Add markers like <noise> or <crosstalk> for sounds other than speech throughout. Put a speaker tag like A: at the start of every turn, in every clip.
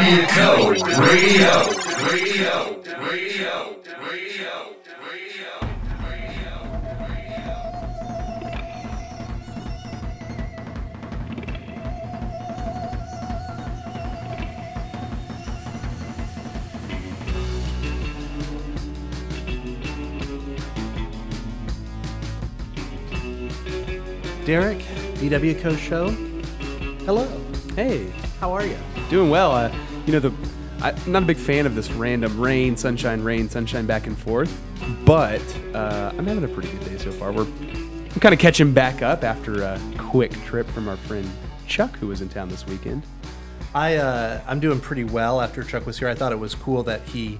A: DW Code Radio. Radio.
B: Derek, DW Co Show. Hello.
C: Hey,
B: How are you?
C: doing well. Uh, you know, the I, I'm not a big fan of this random rain, sunshine, rain, sunshine back and forth, but uh, I'm having a pretty good day so far. We're I'm kind of catching back up after a quick trip from our friend Chuck, who was in town this weekend.
B: I uh, I'm doing pretty well after Chuck was here. I thought it was cool that he.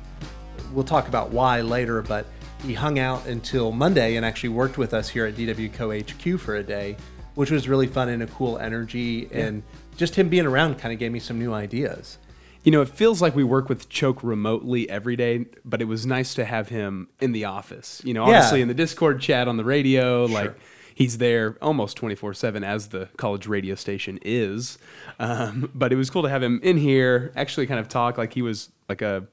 B: We'll talk about why later, but he hung out until Monday and actually worked with us here at DW Co HQ for a day, which was really fun and a cool energy. And just him being around kind of gave me some new ideas.
C: You know, it feels like we work with Choke remotely every day, but it was nice to have him in the office. You know,
B: Yeah.
C: obviously in the Discord chat, on the radio, like he's there almost 24 7 as the college radio station is. Um, but it was cool to have him in here, actually kind of talk like he was like a.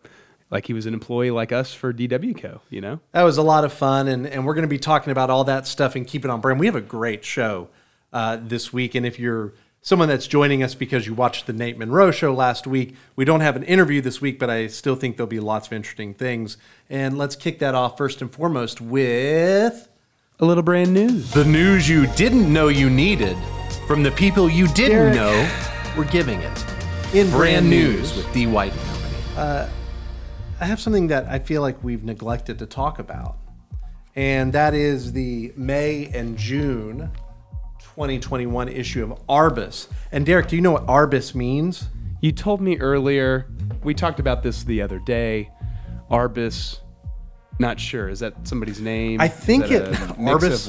C: Like he was an employee like us for DWCO, you know?
B: That was a lot of fun, and, and we're going to be talking about all that stuff and keep it on brand. We have a great show uh, this week, and if you're someone that's joining us because you watched the Nate Monroe show last week, we don't have an interview this week, but I still think there'll be lots of interesting things. And let's kick that off first and foremost with
C: A little brand news.
D: The news you didn't know you needed from the people you didn't
B: Derek.
D: know we're giving it.
B: in
D: Brand news with D. White and Company.
B: I have something that I feel like we've neglected to talk about, and that is the May and June 2021 issue of Arbus. And Derek, do you know what Arbus means?
C: You told me earlier, we talked about this the other day. Arbus, not sure. Is that somebody's name?
B: I
C: Is
B: think <laughs>
C: that a
B: it-
C: mix
B: Arbus- Oh,
C: of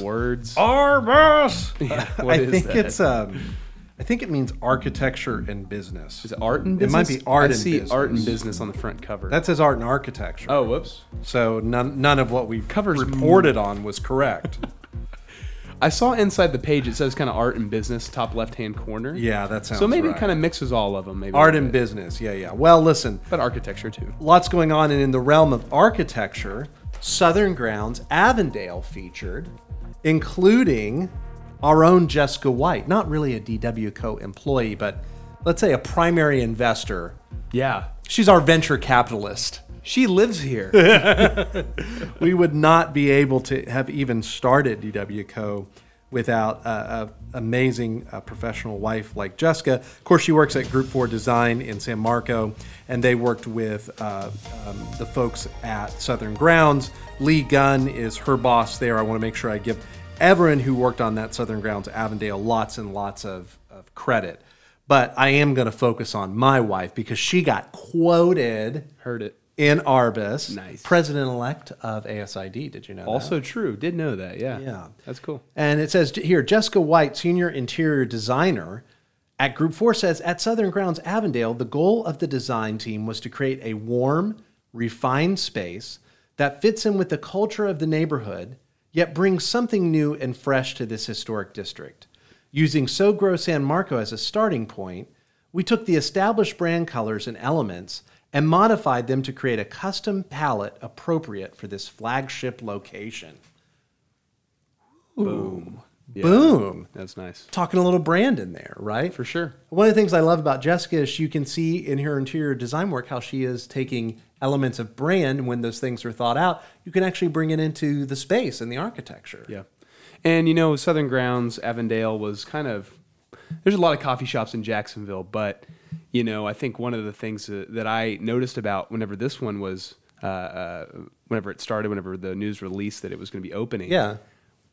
B: <laughs>
C: words.
B: Arbus.
C: What
B: I
C: is
B: think
C: that?
B: it's um, I think it means architecture and business.
C: Is it art and
B: It might
C: business?
B: be art
C: I
B: and
C: see art and
B: business.
C: business on the front cover.
B: That says art and architecture.
C: oh, whoops.
B: So none none of what we've
C: Covers
B: reported on was correct. <laughs>
C: I saw inside the page it says kind of art and business top left hand corner.
B: yeah, that sounds.
C: So maybe
B: right.
C: it kind of mixes all of them. Maybe a
B: art
C: little
B: and
C: bit.
B: business. Yeah, yeah. Well, listen,
C: but architecture too.
B: lots going on, and in the realm of architecture, Southern Grounds Avondale featured, including our own Jessica White, not really a DW Co employee, but let's say a primary investor.
C: Yeah.
B: She's our venture capitalist.
C: She lives here.
B: <laughs> we would not be able to have even started DW Co. without an amazing uh, professional wife like Jessica. Of course, she works at Group 4 Design in San Marco, and they worked with uh, um, the folks at Southern Grounds. Lee Gunn is her boss there. I want to make sure I give everyone who worked on that Southern Grounds Avondale lots and lots of, of credit. But I am going to focus on my wife because she got quoted
C: Heard it.
B: in Arbus.
C: Nice.
B: President elect of ASID. Did you know that?
C: Also true. Did know that. Yeah.
B: Yeah.
C: That's cool.
B: And it says here Jessica White, senior interior designer at Group 4, says at Southern Grounds Avondale, the goal of the design team was to create a warm, refined space that fits in with the culture of the neighborhood, yet brings something new and fresh to this historic district. Using SoGro San Marco as a starting point, we took the established brand colors and elements and modified them to create a custom palette appropriate for this flagship location.
C: Yeah.
B: Boom.
C: That's nice.
B: talking a little brand in there, right?
C: For sure.
B: One of the things I love about Jessica is you can see in her interior design work how she is taking elements of brand and when those things are thought out, you can actually bring it into the space and the architecture.
C: Yeah. And you know, Southern Grounds, Avondale was kind of there's a lot of coffee shops in Jacksonville, but you know, I think one of the things that, that I noticed about whenever this one was uh, uh, whenever it started, whenever the news released that it was going to be opening,
B: Yeah.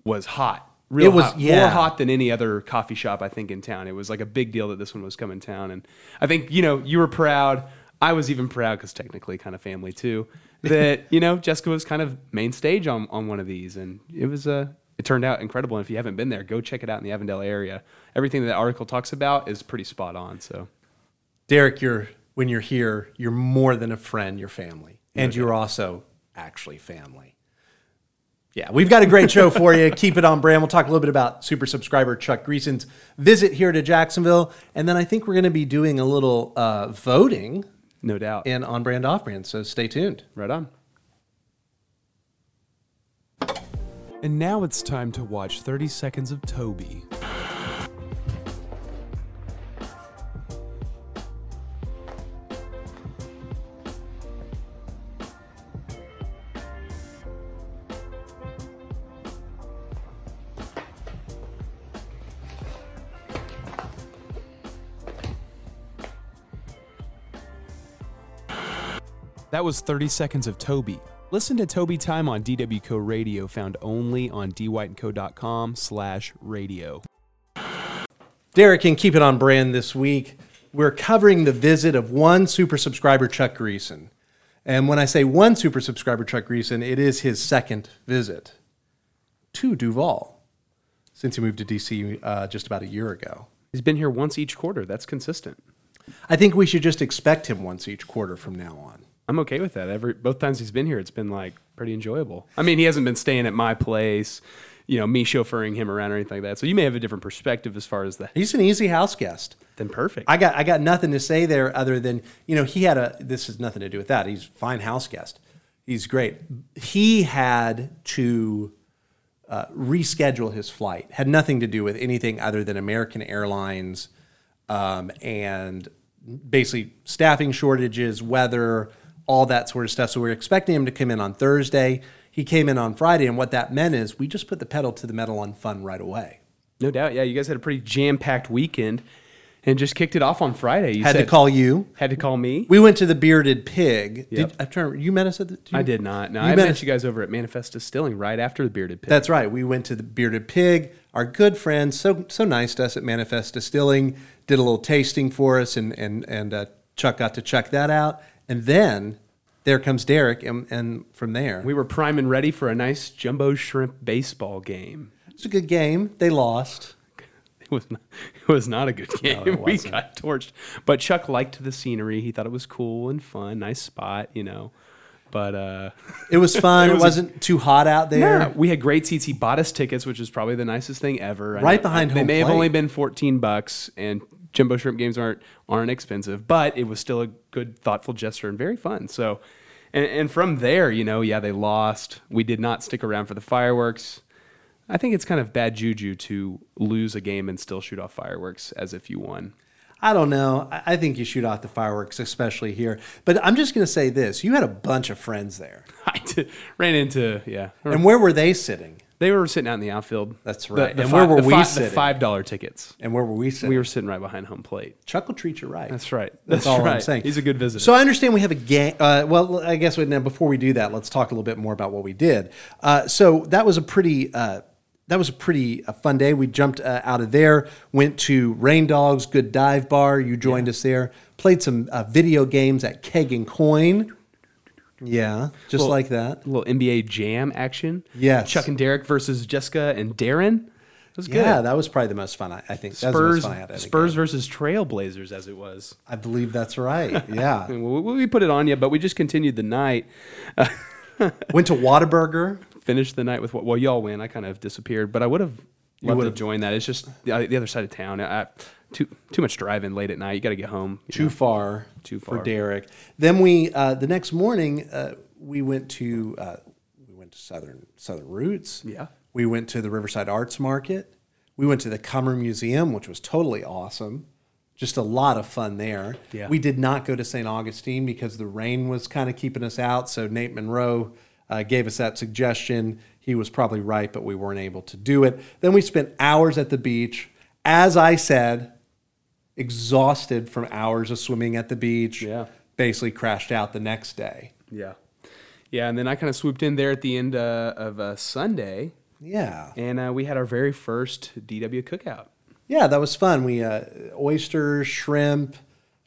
C: was hot. Real
B: It was-
C: hot,
B: yeah.
C: more hot than any other coffee shop I think in town. It was like a big deal that this one was coming town, and I think you know you were proud. I was even proud because technically kind of family too. That <laughs> you know Jessica was kind of main stage on on one of these, and it was Uh, it turned out incredible, and if you haven't been there, go check it out in the Avondale area. Everything that article talks about is pretty spot on. So
B: Derek, you're when you're here, you're more than a friend, you're family. And you're also actually family. Yeah, we've got a great show for
C: <laughs>
B: you. Keep it on brand. We'll talk a little bit about super subscriber Chuck Greason's visit here to Jacksonville. And then I think we're going to be doing a little uh, voting
C: No doubt.
B: in on brand, off brand. So stay tuned.
C: Right on. And now it's time to watch 30 seconds of Toby. That was 30 seconds of Toby. Listen to Toby Time on DW Co Radio, found only on dwiteandco.com slash radio.
B: Derek and Keep It On Brand this week, we're covering the visit of one super subscriber, Chuck Greason. And when I say one super subscriber, Chuck Greason, it is his second visit to Duval since he moved to DC uh, just about a year ago.
C: He's been here once each quarter. That's consistent.
B: I think we should just expect him once each quarter from now on.
C: I'm okay with that. Every both times he's been here, it's been like pretty enjoyable. I mean, he hasn't been staying at my place, you know, me chauffeuring him around or anything like that. So you may have a different perspective as far as the
B: He's an easy house guest.
C: then perfect.
B: I got I got nothing to say there other than you know he had a this has nothing to do with that. He's a fine house guest. He's great. He had to uh, reschedule his flight. Had nothing to do with anything other than American Airlines um, and basically staffing shortages, weather, all that sort of stuff. So we are expecting him to come in on Thursday. He came in on Friday, and what that meant is we just put the pedal to the metal on fun right away.
C: no doubt. Yeah, you guys had a pretty jam-packed weekend and just kicked it off on Friday. You
B: Had to
C: said-
B: call you.
C: had to call me.
B: We went to the Bearded Pig.
C: Yep.
B: Did, I'm trying, to- you met us at the. did
C: I
B: you-
C: did not. No,
B: you
C: I
B: met
C: met
B: us-
C: you guys over at Manifest Distilling right after the Bearded Pig.
B: That's right. We went to the Bearded Pig. Our good friend, so so nice to us at Manifest Distilling, did a little tasting for us, and and and uh, Chuck got to check that out. And then there comes Derek, and, and from there,
C: we were prime and ready for a nice jumbo shrimp baseball game.
B: it was a good game. They lost.
C: It was not, it was not a good game. <laughs> we got torched. But Chuck liked the scenery. He thought it was cool and fun, nice spot, you know. But uh
B: It
C: <laughs>
B: was fun. it,
C: was a-
B: was not too hot out there.
C: yeah, we had great seats. He bought us tickets, which is probably the nicest thing ever. I
B: Right
C: know-
B: behind
C: They
B: home
C: may have
B: plate.
C: only been 14 bucks and jumbo shrimp games aren't aren't expensive, but it was still a good thoughtful gesture and very fun. So and, and from there, you know, yeah, they lost. We did not stick around for the fireworks. I think it's kind of bad juju to lose a game and still shoot off fireworks as if you won. <laughs>
B: I don't know. I, I think you shoot off the fireworks, especially here. But I'm just going to say this: you had a bunch of friends there,
C: I did- ran into yeah.
B: and where were they sitting?
C: they were sitting out in the outfield.
B: That's
C: The-
B: right.
C: the
B: And
C: fi-
B: where were
C: the
B: we
C: fi-
B: sitting?
C: The five dollar tickets.
B: And where were we sitting?
C: We were sitting right behind home plate.
B: Chuck will treat you right.
C: That's right.
B: That's,
C: That's
B: all I'm
C: right.
B: saying.
C: He's a good visitor.
B: So I understand we have a game. Uh, well, I guess now before we do that, let's talk a little bit more about what we did. Uh, so that was a pretty. Uh, that was a pretty uh, fun day. We jumped uh, out of there, went to Rain Dogs, good dive bar. You joined us there. Played some uh, video games at Keg and Coin. Yeah, just
C: Well,
B: like that.
C: A little NBA jam action.
B: Yes.
C: Chuck and Derek versus Jessica and Darren. It was good.
B: Yeah, that was probably the most fun. I, I think That was
C: Spurs,
B: the most fun I had at a
C: Spurs
B: game.
C: versus Trailblazers, as it was.
B: I believe that's right. Yeah,
C: And we, we put it on you, but we just continued the night.
B: went to Whataburger.
C: Finished the night with what? Well, y'all win. I kind of disappeared, but I would have loved to join that. It's just the, the other side of town. I, too too much driving late at night. You got to get home. you
B: too
C: know.
B: far,
C: Too
B: for
C: far.
B: Derek. Then we uh, the next morning uh, we went to uh, we went to Southern Southern Roots.
C: Yeah.
B: we went to the Riverside Arts Market. We went to the Comer Museum, which was totally awesome. Just a lot of fun there.
C: Yeah.
B: We did not go to St. Augustine because the rain was kind of keeping us out. So Nate Monroe uh, gave us that suggestion. He was probably right, but we weren't able to do it. Then we spent hours at the beach. As I said, exhausted from hours of swimming at the beach.
C: Yeah.
B: Basically crashed out the next day.
C: Yeah, yeah. And then I kind of swooped in there at the end uh, of uh, Sunday,
B: Yeah.
C: and uh, we had our very first DW cookout.
B: Yeah, that was fun. We uh, oysters, shrimp.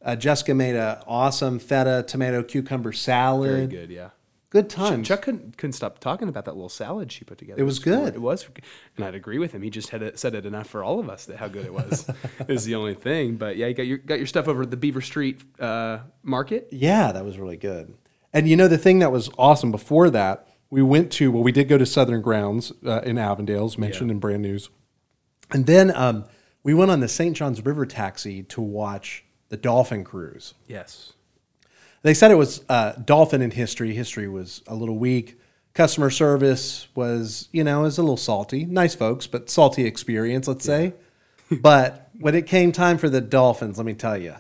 B: Uh, Jessica made a awesome feta tomato cucumber salad.
C: Very good. Yeah.
B: Good time.
C: Chuck couldn't, couldn't stop talking about that little salad she put together.
B: It was
C: cool.
B: good.
C: It was, and I'd agree with him. He just had it, said it enough for all of us that how good it was <laughs> is the only thing. But yeah, you got your got your stuff over at the Beaver Street uh, Market.
B: Yeah, that was really good. And you know the thing that was awesome before that We went to well, we did go to Southern Grounds uh, in Avondale's, mentioned in Brand News, and then um, we went on the St. Johns River taxi to watch the dolphin cruise.
C: Yes.
B: They said it was uh, dolphin in history. History was a little weak. Customer service was, you know, is a little salty. Nice folks, but salty experience, let's say. <laughs> but when it came time for the dolphins, let me tell you,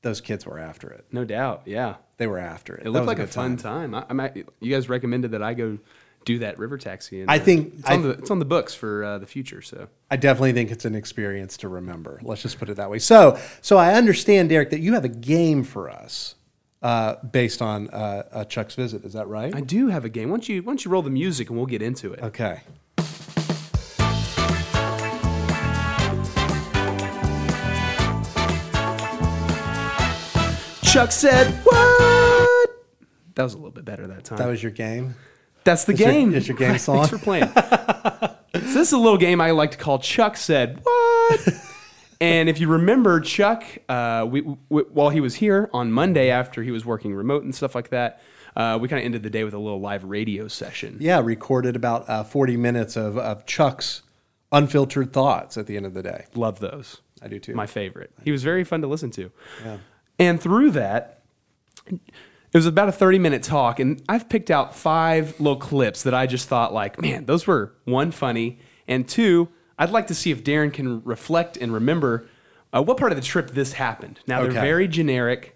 B: those kids were after it.
C: No doubt. Yeah.
B: They were after it.
C: It looked like a, fun time. I, I might, you guys recommended that I go do that river taxi. And,
B: I
C: uh,
B: think
C: it's on,
B: I-
C: the, it's on the books for uh, the future. So
B: I definitely think it's an experience to remember. Let's just put it that way. So, so I understand, Derek, that you have a game for us uh, based on uh, uh, Chuck's visit. Is that right?
C: I do have a game. Why don't you, why don't you roll the music and we'll get into it?
B: Okay.
C: Chuck said, What? That was a little bit better that time.
B: That was your game.
C: That's the
B: your-
C: game.
B: it's your game song.
C: <laughs> Thanks for playing. so this is a little game I like to call Chuck said
B: <laughs>
C: what. and if you remember, Chuck, uh, we, we, while he was here on Monday after he was working remote and stuff like that, uh, we kind of ended the day with a little live radio session.
B: Yeah, recorded about uh, 40 minutes of, of Chuck's unfiltered thoughts at the end of the day.
C: Love those.
B: I do too.
C: My favorite. He was very fun to listen to. And through that, it was about a 30 minute talk, and I've picked out five little clips that I just thought, like, man, those were one, funny, and two, I'd like to see if Darren can reflect and remember uh, what part of the trip this happened. Now, they're
B: Okay.
C: very generic.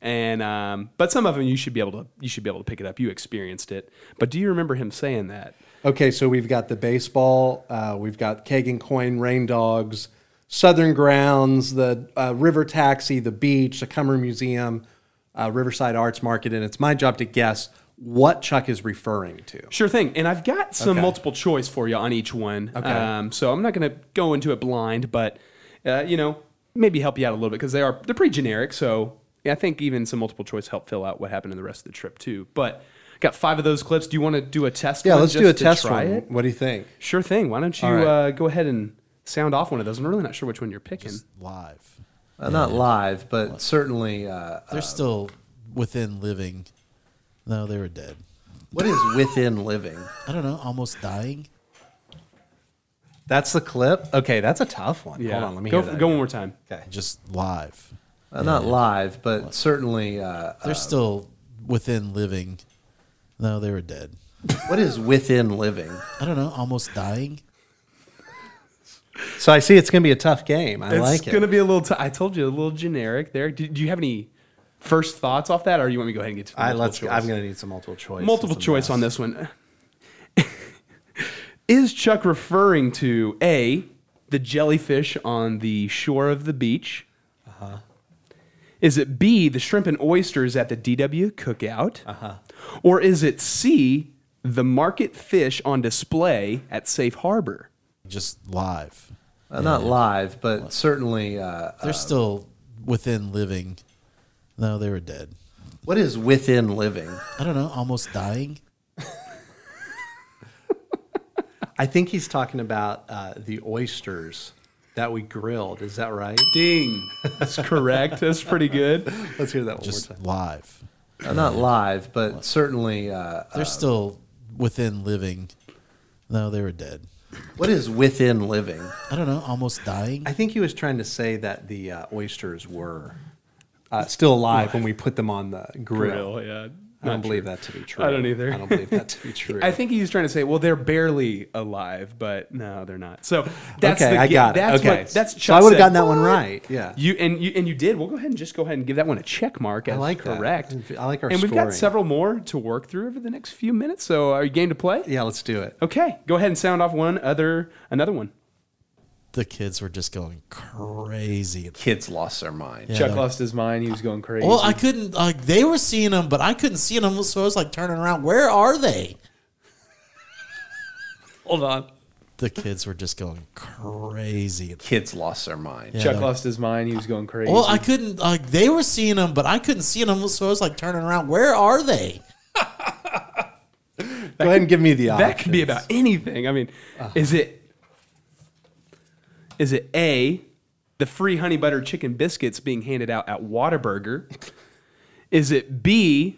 C: And um, but some of them you should be able to you should be able to pick it up. You experienced it, but do you remember him saying that?
B: Okay, so we've got the baseball, uh, we've got Kagan Coin, Rain Dogs, Southern Grounds, the uh, River Taxi, the beach, the Cummer Museum, uh, Riverside Arts Market, and it's my job to guess what Chuck is referring to.
C: Sure thing. And I've got some
B: Okay.
C: multiple choice for you on each one. Okay. Um, so I'm not going to go into it blind, but uh, you know, maybe help you out a little bit because they are they're pretty generic. So yeah, I think even some multiple choice help fill out what happened in the rest of the trip too. But got five of those clips. Do you want to do a test?
B: Yeah,
C: one
B: let's do
C: just
B: a
C: to
B: test
C: try
B: one.
C: It?
B: What do you think?
C: Sure thing. Why don't you
B: right.
C: uh, go ahead and sound off one of those? I'm really not sure which one you're picking.
E: live.
B: Uh,
E: Um,
B: Not live, but certainly. Uh,
E: They're still within living. No, they were dead.
B: what is within living?
E: I don't know, almost dying.
B: That's the clip. Okay, that's a tough one. Hold on, let me
C: go
B: hear
C: f-
B: that
C: go
B: again.
C: one more time.
E: Just live. Um,
B: Uh, not live, but certainly. Uh,
E: They're still within living. No, they were dead.
B: what is within living?
E: I don't know, almost dying.
B: So I see it's going to be a tough game. I like
C: it's gonna
B: it.
C: be a little. T- I told you a little generic there. Do, do you have any first thoughts off that, or you want me to go ahead and get to? The
B: I
C: multiple
B: let's.
C: choice?
B: I'm going to need some multiple choice.
C: multiple
B: It's a
C: choice
B: mess.
C: on this one. <laughs> Is Chuck referring to A, the jellyfish on the shore of the beach? Uh-huh. Is it B, the shrimp and oysters at the DW cookout? Or is it C, the market fish on display at Safe Harbor?
E: Just live. Um,
B: Uh, not live, but certainly. Uh,
E: They're still within living. No, they were dead.
B: what is within living?
E: I don't know, almost dying.
B: I think he's talking about uh, the oysters that we grilled. Is that right?
C: Ding. That's correct. That's pretty good.
B: Let's hear that one
E: Just
B: more
E: live. Um,
B: time. Uh, not live, but certainly. Uh,
E: They're still within living. No, they were dead.
B: what is within living?
E: I don't know, almost dying.
B: I think he was trying to say that the uh, oysters were uh, still alive when we put them on the grill.
C: <laughs> Real, yeah.
B: I don't believe that to be true.
C: I don't either.
B: I don't believe that
C: <laughs>
B: to be true.
C: I think he's trying to say, well, they're barely alive, but no, they're not. So that's
B: okay,
C: the
B: I
C: ga-
B: got it.
C: That's
B: okay,
C: what, that's
B: so I
C: Chuck
B: would have
C: said,
B: gotten that one
C: "What?"
B: right. Yeah,
C: You and you and you did. We'll go ahead and just go ahead and give that one a check mark. As
B: like that.
C: correct.
B: I like our
C: And we've
B: scoring.
C: got several more to work through over the next few minutes. So are you game to play?
B: <laughs> yeah. Let's do it.
C: Okay, go ahead and sound off one other another one.
E: The kids were just going crazy.
B: Kids lost their mind.
E: Yeah,
C: Chuck
E: they're-
C: lost his mind. He was going crazy.
E: Well, I couldn't. Like they were seeing them, but I couldn't see them. So I was like turning around. Where are they?
C: Hold on.
E: The kids were just going crazy.
B: Kids lost their mind.
E: Yeah,
C: Chuck
E: they're-
C: lost his mind. He was going crazy.
E: Well, I couldn't. Like they were seeing them, but I couldn't see them. So I was like turning around. Where are they?
B: Go ahead and give me the option.
C: that could be about anything. I mean, is it is it a the free honey butter chicken biscuits being handed out at Whataburger? Is it B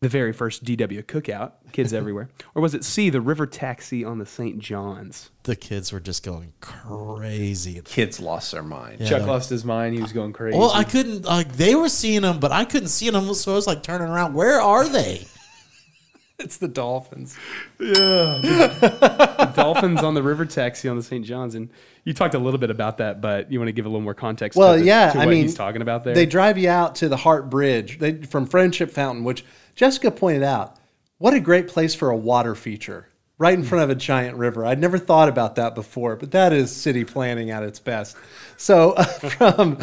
C: the very first DW cookout, <laughs> kids everywhere, or was it C, the river taxi on the St. John's?
E: The kids were just going crazy.
F: Kids lost their mind.
B: <laughs>
E: Yeah.
C: Chuck lost his mind. He was going crazy.
E: Well, I couldn't. Like they were seeing them, but I couldn't see them. So I was like turning around. Where are they?
F: It's the Dolphins.
C: <laughs> Dolphins on the river taxi on the St. John's, and you talked a little bit about that, but you want to give a little more context.
B: Well,
C: to the-
B: yeah,
C: to
B: I
C: what
B: mean,
C: he's talking about there.
B: They drive you out to the Hart Bridge they, from Friendship Fountain, which Jessica pointed out. What a great place for a water feature, right
C: Hmm.
B: in front of a giant river. I'd never thought about that before, but that is city planning at its best. So <laughs> uh,
C: <laughs>
B: from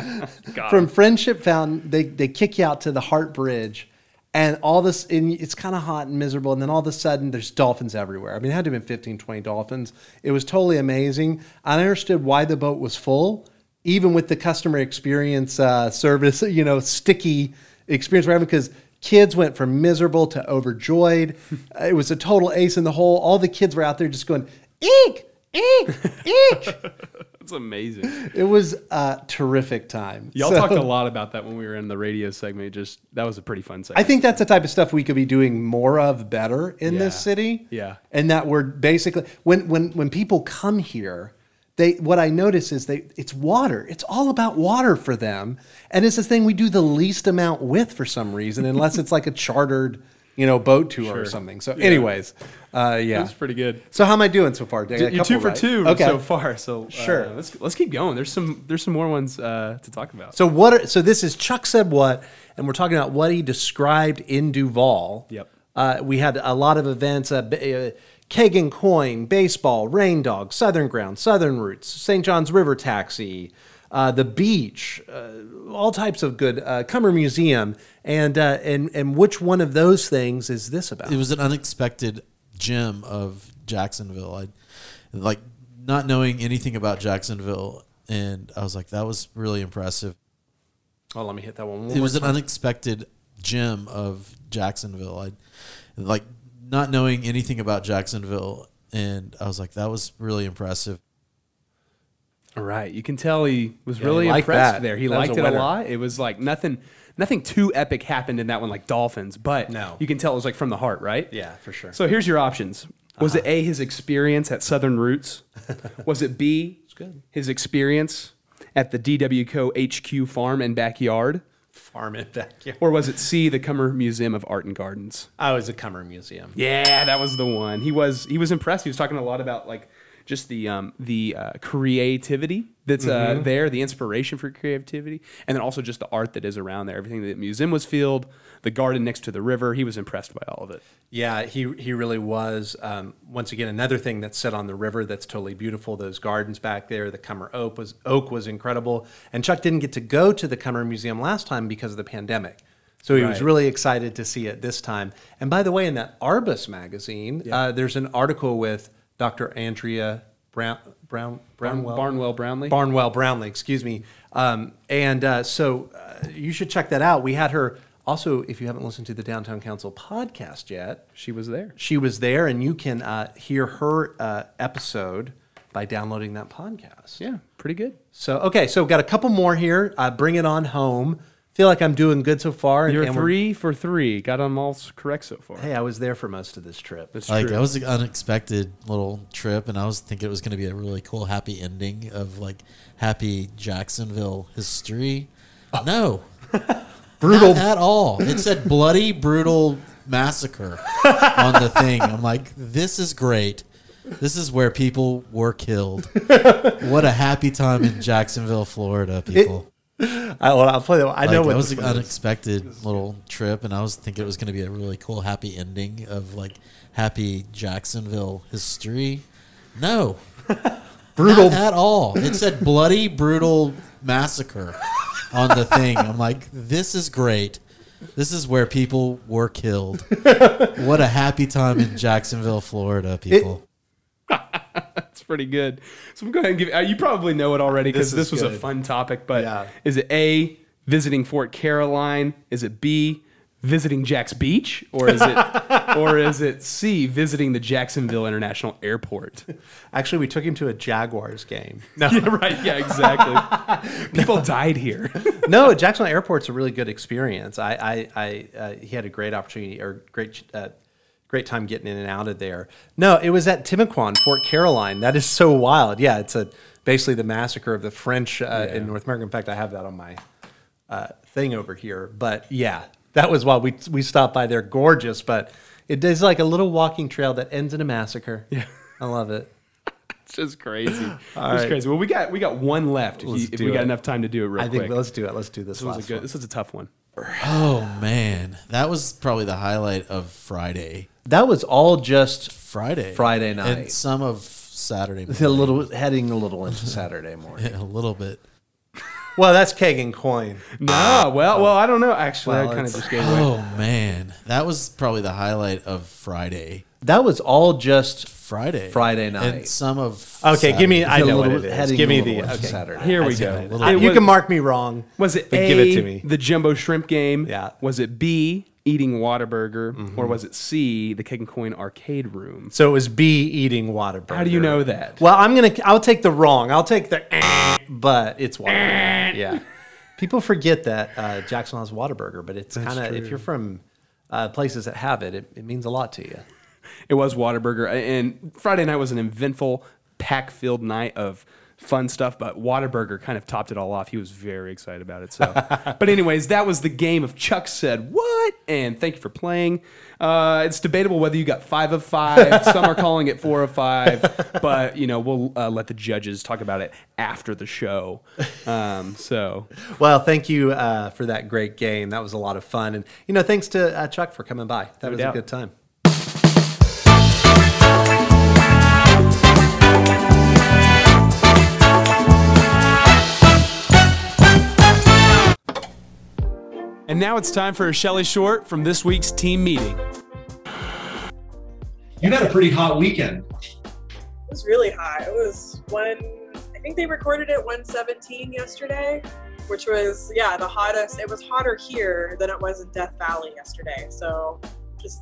B: from Friendship Fountain, they they kick you out to the Hart Bridge. And all this, and it's kind of hot and miserable. And then all of a sudden, there's dolphins everywhere. I mean, it had to have been 15, 20 dolphins. It was totally amazing. I understood why the boat was full even with the customer experience uh, service, <laughs> you know, sticky experience we're having because kids went from miserable to overjoyed. Uh, it was a total ace in the hole. All the kids were out there just going, eek, eek, eek.
C: That's amazing.
B: it was a terrific time.
C: Y'all
B: So,
C: talked a lot about that when we were in the radio segment. Just that was a pretty fun
B: I
C: segment.
B: think that's the type of stuff we could be doing more of better in this
C: Yeah.
B: city.
C: Yeah.
B: And that we're basically when when when people come here, they what I notice is they it's water. It's all about water for them. And it's this thing we do the least amount with for some reason, unless it's like a chartered, you know, boat tour or something. So anyways, uh yeah.
C: that's pretty good.
B: so how am I doing so far, Dave? A
C: You're two
B: couple,
C: for
B: right?
C: two
B: Okay.
C: so far. So uh,
B: Sure.
C: let's let's keep going. There's some there's some more ones uh, to talk about.
B: So what? Are, so this is Chuck said what, and we're talking about what he described in Duval.
C: Yep.
B: Uh, we had a lot of events: uh, b- uh, keg and coin, baseball, rain dog, southern ground, southern roots, St. John's River taxi, uh, the beach, uh, all types of good. Uh, Cummer Museum, and uh, and and which one of those things is this about?
E: It was an unexpected gem of Jacksonville. I like not knowing anything about Jacksonville, and I was like, that was really impressive.
B: oh, let me hit that one.
E: It was an unexpected gem of Jacksonville. I like not knowing anything about Jacksonville, and I was like, that was really impressive.
C: All right, you can tell he was
B: he
C: really
B: liked
C: impressed
B: that.
C: there. He
B: That was
C: liked
B: a
C: it a
B: winner.
C: lot. It was like nothing, nothing too epic happened in that one, like dolphins. But
B: No.
C: you can tell it was like from the heart, right?
B: Yeah, for sure.
C: So here's your options: was it A, his experience at
B: <laughs>
C: Southern Roots? was it B, his experience at the DW Co HQ farm and backyard?
B: farm it back. Yeah.
C: Or was it C, the Cummer Museum of Art and Gardens?
B: I was a Cummer Museum.
C: Yeah, that was the one. He was he was impressed. He was talking a lot about like just the um, the uh, creativity that's uh, there, the inspiration for creativity, and then also just the art that is around there. Everything that the museum was filled, the garden next to the river. He was impressed by all of it.
B: Yeah, he he really was. Um, once again, another thing that's set on the river that's totally beautiful. Those gardens back there, the Cummer oak was oak was incredible. And Chuck didn't get to go to the Cummer Museum last time because of the pandemic, so he was
C: Right.
B: really excited to see it this time. And by the way, in that Arbus magazine, uh, there's an article with Dr. Andrea Brown Brown Brownwell
C: Barnwell Brownlee.
B: Barnwell Brownlee, excuse me. Um, and uh, so uh, you should check that out. We had her also. If you haven't listened to the Downtown Council podcast yet,
C: she was there.
B: she was there, and you can uh, hear her uh, episode by downloading that podcast.
C: Yeah, pretty good.
B: So okay, so we've got a couple more here. Uh, bring it on home. Feel like I'm doing good so far. and-
C: You're
B: and we're-
C: three for three. Got them all s- correct so far.
B: Hey, I was there for most of this trip.
E: Like that was an unexpected little trip, and I was thinking it was going to be a really cool happy ending of like happy Jacksonville history. No, brutal at all. It said bloody brutal massacre on the thing. I'm like, this is great. This is where people were killed. what a happy time in Jacksonville, Florida, people.
B: <laughs> I, well, I'll play that. one. I know
E: Like,
B: what
E: that was
B: this
E: an
B: one is.
E: unexpected little trip, and I was thinking it was going to be a really cool happy ending of like happy Jacksonville history. No, brutal at all. It said bloody brutal massacre on the thing. I'm like, this is great. This is where people were killed. what a happy time in Jacksonville, Florida, people.
C: That's pretty good. So I'm going to give uh, you probably know it already because
B: This
C: this,
B: is
C: was a
B: good.
C: fun topic. But
B: Yeah.
C: is it A, visiting Fort Caroline? Is it B, visiting Jack's Beach, or is
B: <laughs>
C: it, or is it C visiting the Jacksonville International Airport?
B: <laughs> Actually, we took him to a Jaguars
E: <laughs>
B: game.
C: No, yeah, right? Yeah, exactly.
B: <laughs>
C: People died here.
B: no, Jacksonville Airport's a really good experience. I, I, I uh, he had a great opportunity or great, uh, great time getting in and out of there. No, it was at Timaquan, Fort Caroline. That is so wild. Yeah, it's a basically the massacre of the French uh, in North America. In fact, I have that on my uh, thing over here. But yeah, that was wild. We we stopped by there, gorgeous, but it is like a little walking trail that ends in a massacre. Yeah, I love it.
C: It's just crazy. it's crazy. Well, we got we got one left. If, you-
B: Let's
C: if
B: do
C: we got
B: it.
C: enough time to do it real
B: I
C: quick.
B: think let's do it. Let's do this.
C: this was
B: last
C: a good.
B: one.
C: This is a tough one.
E: Oh man, that was probably the highlight of Friday.
B: That was all just
E: Friday.
B: Friday
E: And
B: night.
E: some of
B: <laughs>
E: Saturday.
B: a
E: morning.
B: little heading a little <laughs> into Saturday morning.
E: a little bit.
B: well, that's keg and coin.
C: No, well, well, I don't know. Actually,
B: Well,
C: I kind of
B: it's- <laughs>
C: just gave away.
E: Oh man, that was probably the highlight of Friday.
B: That was all just
E: Friday.
B: Friday
E: And
B: night.
E: some of
B: Okay, give me. I
E: Saturday.
B: know what
E: Little
B: it is.
E: heading
B: Give me
E: a
B: the.
E: little into
B: Okay.
E: Saturday.
C: Here we
E: I see
C: go.
E: it a little
B: I-
C: It
E: bit.
B: you
C: was-
B: can mark me wrong.
C: Was it
B: But
C: A,
B: give it to me.
C: the jumbo shrimp game?
B: Yeah.
C: Was it B, eating Whataburger? Or was it C, the Keg and Coin arcade room?
B: So it was B eating Whataburger.
C: How do you know that?
B: Well, I'm gonna. I'll take the wrong. I'll take the. eh, but it's
C: Eh.
B: Whataburger. yeah. People forget that uh, Jackson has Whataburger, but it's kind of if you're from uh, places that have it, it, it means a lot to you.
C: It was Whataburger. And Friday night was an eventful, pack filled night of fun stuff, but Whataburger kind of topped it all off. He was very excited about it. So, But, anyways, that was the game of Chuck Said What? And thank you for playing. Uh, it's debatable whether you got five of five. Some are calling it four of five, but, you know, we'll uh, let the judges talk about it after the show. Um, so,
B: Well, thank you uh, for that great game. That was a lot of fun, and you know, thanks to uh, Chuck for coming by. That was
C: doubt.
B: a good time.
C: and now it's time for a Shelley Short from this week's team meeting.
A: You had a pretty hot weekend.
G: It was really high. It was one. I think they recorded it 117 yesterday, which was yeah the hottest. It was hotter here than it was in Death Valley yesterday. So just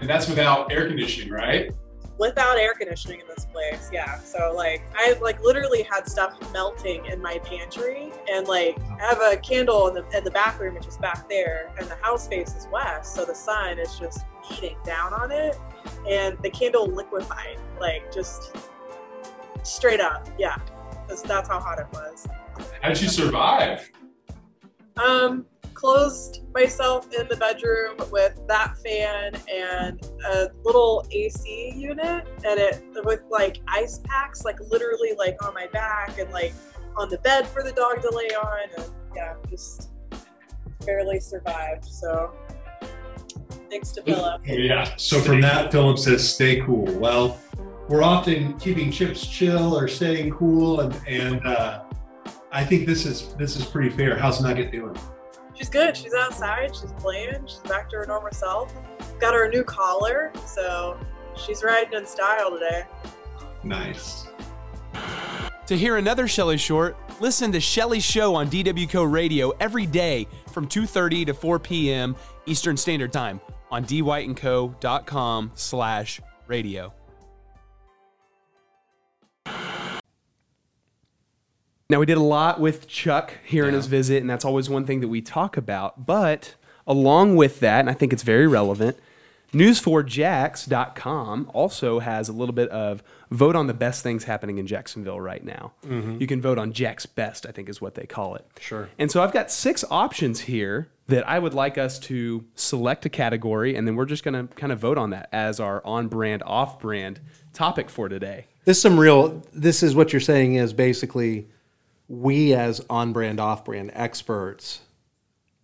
H: And that's without air conditioning, right?
G: without air conditioning in this place, yeah. So like I like literally had stuff melting in my pantry, and like I have a candle in the in the bathroom, which is back there, and the house faces west, so the sun is just beating down on it, and the candle liquefied, like just straight up, yeah. That's, that's how hot it was.
H: How'd you survive?
G: Um, closed myself in the bedroom with that fan and a little AC unit, and it with like ice packs, like literally like on my back and like on the bed for the dog to lay on, and yeah, just barely survived. So thanks to Philip.
H: Yeah.
A: So from that, Philip says, "Stay cool." Well, we're often keeping chips chill or staying cool, and and uh, I think this is this is pretty fair. How's Nugget doing?
G: She's good. She's outside. She's playing. She's back to her normal self. Got her a new collar, so she's riding in style today.
A: Nice.
C: To hear another Shelley short, listen to Shelley's show on DWCO Radio every day from 2:30 to 4 p.m. Eastern Standard Time on dwightandco.com slash radio. Now we did a lot with Chuck here in his visit, and that's always one thing that we talk about. But along with that, and I think it's very relevant, news4jax.com also has a little bit of vote on the best things happening in Jacksonville right now. You can vote on Jack's best, I think is what they call it. Sure. And so I've got six options here that I would like us to select a category, and then we're just going to kind of vote on that as our on brand, off brand topic for today.
B: This is some real. This is what you're saying is basically, we as on-brand, off-brand experts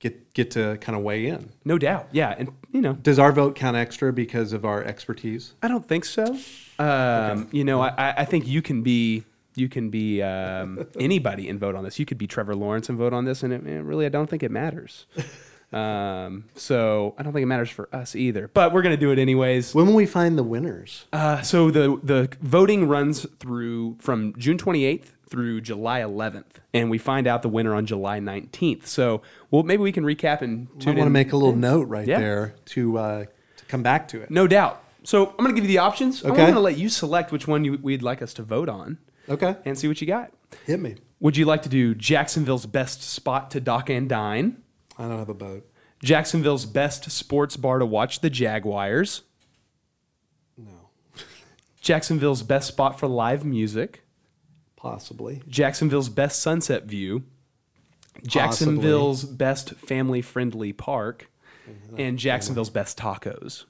B: get get to kind of weigh in.
C: No doubt. Yeah. And, you know,
B: Does our vote count extra because of our expertise?
C: I don't think so. Um, You know, I- I, I think you can be you can be <laughs> um, anybody and vote on this. You could be Trevor Lawrence and vote on this, and it, it really I don't think it matters. Um, so I don't think it matters for us either, but we're gonna do it anyways.
B: When will we find the winners?
C: Uh, so the the voting runs through from June 28th through July 11th, and we find out the winner on July 19th. So well, maybe we can recap and
B: I
C: tune
B: want to
C: in.
B: make a little note right
C: Yeah.
B: there to uh, to come back to it.
C: no doubt. So I'm gonna give you the options. I'm
B: Okay.
C: gonna let you select which one you, we'd like us to vote on,
B: Okay,
C: and see what you got.
B: hit me.
C: Would you like to do Jacksonville's best spot to dock and dine?
B: I don't have a boat.
C: Jacksonville's best sports bar to watch the Jaguars?
B: No,
C: <laughs> Jacksonville's best spot for live music?
B: possibly.
C: Jacksonville's best sunset view, Jacksonville's best family friendly park, and Jacksonville's best tacos.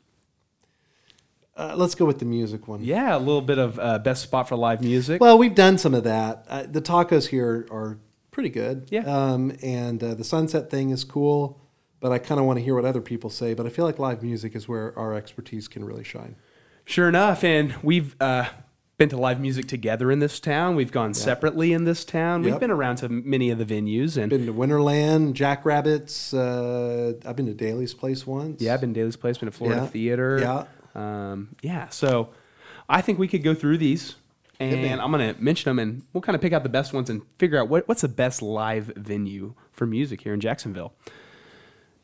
B: Uh, let's go with the music one.
C: Yeah, a little bit of uh, best spot for live music.
B: Well, we've done some of that. Uh, the tacos here are pretty good.
C: Yeah.
B: Um, and uh, the sunset thing is cool, but I kind of want to hear what other people say. But I feel like live music is where our expertise can really shine.
C: Sure enough, and we've uh, been to live music together in this town. We've gone separately in this town. We've
B: Yep.
C: been around to many of the venues, and
B: Been to Winterland, Jackrabbits. Uh, I've been to Daly's Place once.
C: yeah, I've been to Daly's Place, been to Florida
B: Yeah.
C: Theater.
B: Yeah.
C: Um, yeah. So I think we could go through these and I'm going to mention them and we'll kind of pick out the best ones and figure out what, what's the best live venue for music here in Jacksonville.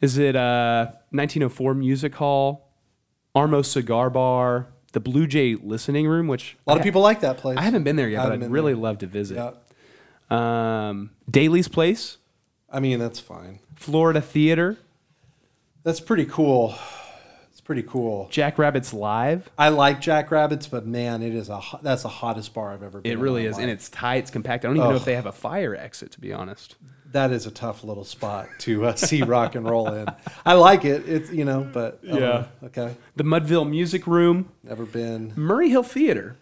C: Is it uh, 1904 Music Hall, Armo Cigar Bar, the Blue Jay Listening Room, which
B: A lot of people like that place.
C: I haven't been there
B: I
C: yet,
B: haven't
C: but I'd
B: been
C: really
B: there.
C: love to visit.
B: Yeah.
C: Um, Daly's Place,
B: I mean, that's fine.
C: Florida Theater,
B: That's pretty cool. It's pretty cool.
C: Jackrabbits Live.
B: I like Jackrabbits, but man, it is a ho- that's the hottest bar I've ever been.
C: It
B: in
C: really
B: Oh my
C: is,
B: life.
C: and it's tight, it's compact. I don't even know
B: Ugh.
C: if they have a fire exit, to be honest.
B: that is a tough little spot to uh, <laughs> see rock and roll in. I like it. It's you know, but I don't
C: Yeah.
B: know. okay.
C: the Mudville Music Room,
B: Never been.
C: Murray Hill Theater.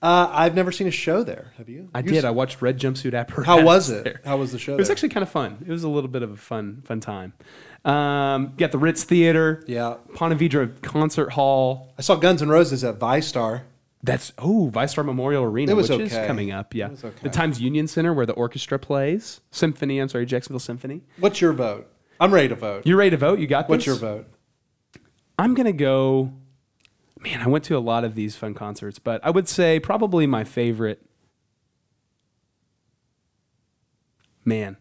B: Uh, I've never seen a show there. Have you?
C: I
B: You
C: did.
B: s-
C: I watched Red Jumpsuit Apparatus.
B: How was it?
C: there.
B: How was the show?
C: It was
B: there?
C: actually kind of fun. It was a little bit of a fun, fun time. Um, got the Ritz Theater.
B: Yeah.
C: Ponte Vedra Concert Hall.
B: I saw Guns N' Roses at ViStar.
C: That's oh, Vistar Memorial Arena,
B: It was
C: which is
B: okay.
C: coming up. Yeah,
B: It was okay.
C: the Times Union Center where the orchestra plays symphony. I'm sorry, Jacksonville Symphony.
B: What's your vote? I'm ready to vote.
C: You ready to vote? You got this.
B: What's your vote?
C: I'm gonna go. Man, I went to a lot of these fun concerts, but I would say probably my favorite. Man,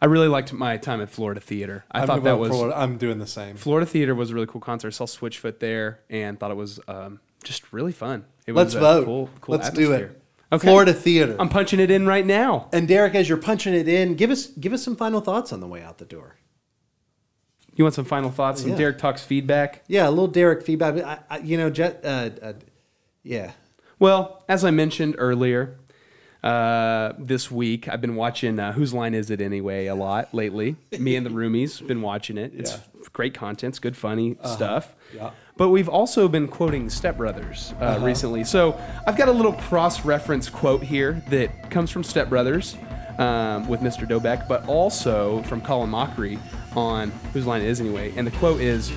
C: I really liked my time at Florida Theater. I
B: I'm
C: thought
B: gonna
C: that
B: vote
C: was
B: for what- I'm doing the same.
C: Florida Theater was a really cool concert. I saw Switchfoot there and thought it was um, just really fun. It
B: Let's
C: was a
B: vote.
C: Cool, cool
B: Let's do
C: atmosphere.
B: it.
C: Okay.
B: Florida Theater.
C: I'm punching it in right now.
B: and Derek, as you're punching it in, give us give us some final thoughts on the way out the door.
C: You want some final thoughts? Some
B: Yeah.
C: Derek talks feedback.
B: Yeah, a little Derek feedback. I, I, you know, Jet. Uh, uh, yeah,
C: Well, as I mentioned earlier, uh, this week I've been watching uh, Whose Line Is It Anyway a lot lately. Me and the roomies been watching it. It's great content, it's good funny stuff. But we've also been quoting Step Brothers uh, recently. So I've got a little cross reference quote here that comes from Step Brothers um, with Mr. Dobeck, but also from Colin Mockery on Whose Line It Is Anyway. And the quote is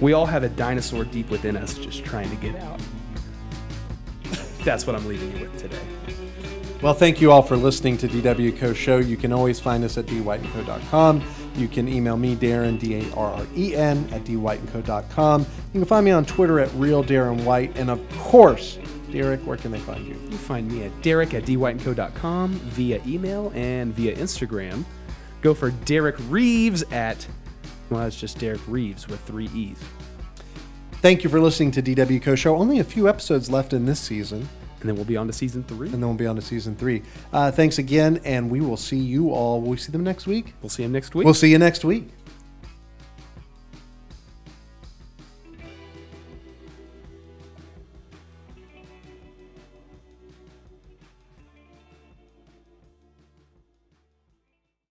C: We all have a dinosaur deep within us just trying to get out. That's what I'm leaving you with today.
B: Well, thank you all for listening to DW Co Show. You can always find us at dwightandco.com. You can email me, Darren, D A R R E N, at dwightandco.com. You can find me on Twitter at Real Darren White. And of course, Derek, where can they find you?
C: You find me at Derek at dwhiteandco.com via email and via Instagram. Go for Derek Reeves at, well, it's just Derek Reeves with three E's.
B: Thank you for listening to DW Co Show. Only a few episodes left in this season,
C: And then we'll be on to season three.
B: and then we'll be on to season three. Uh, thanks again, and we will see you all. Will we see them next week?
C: We'll see him next week.
B: We'll see you next week.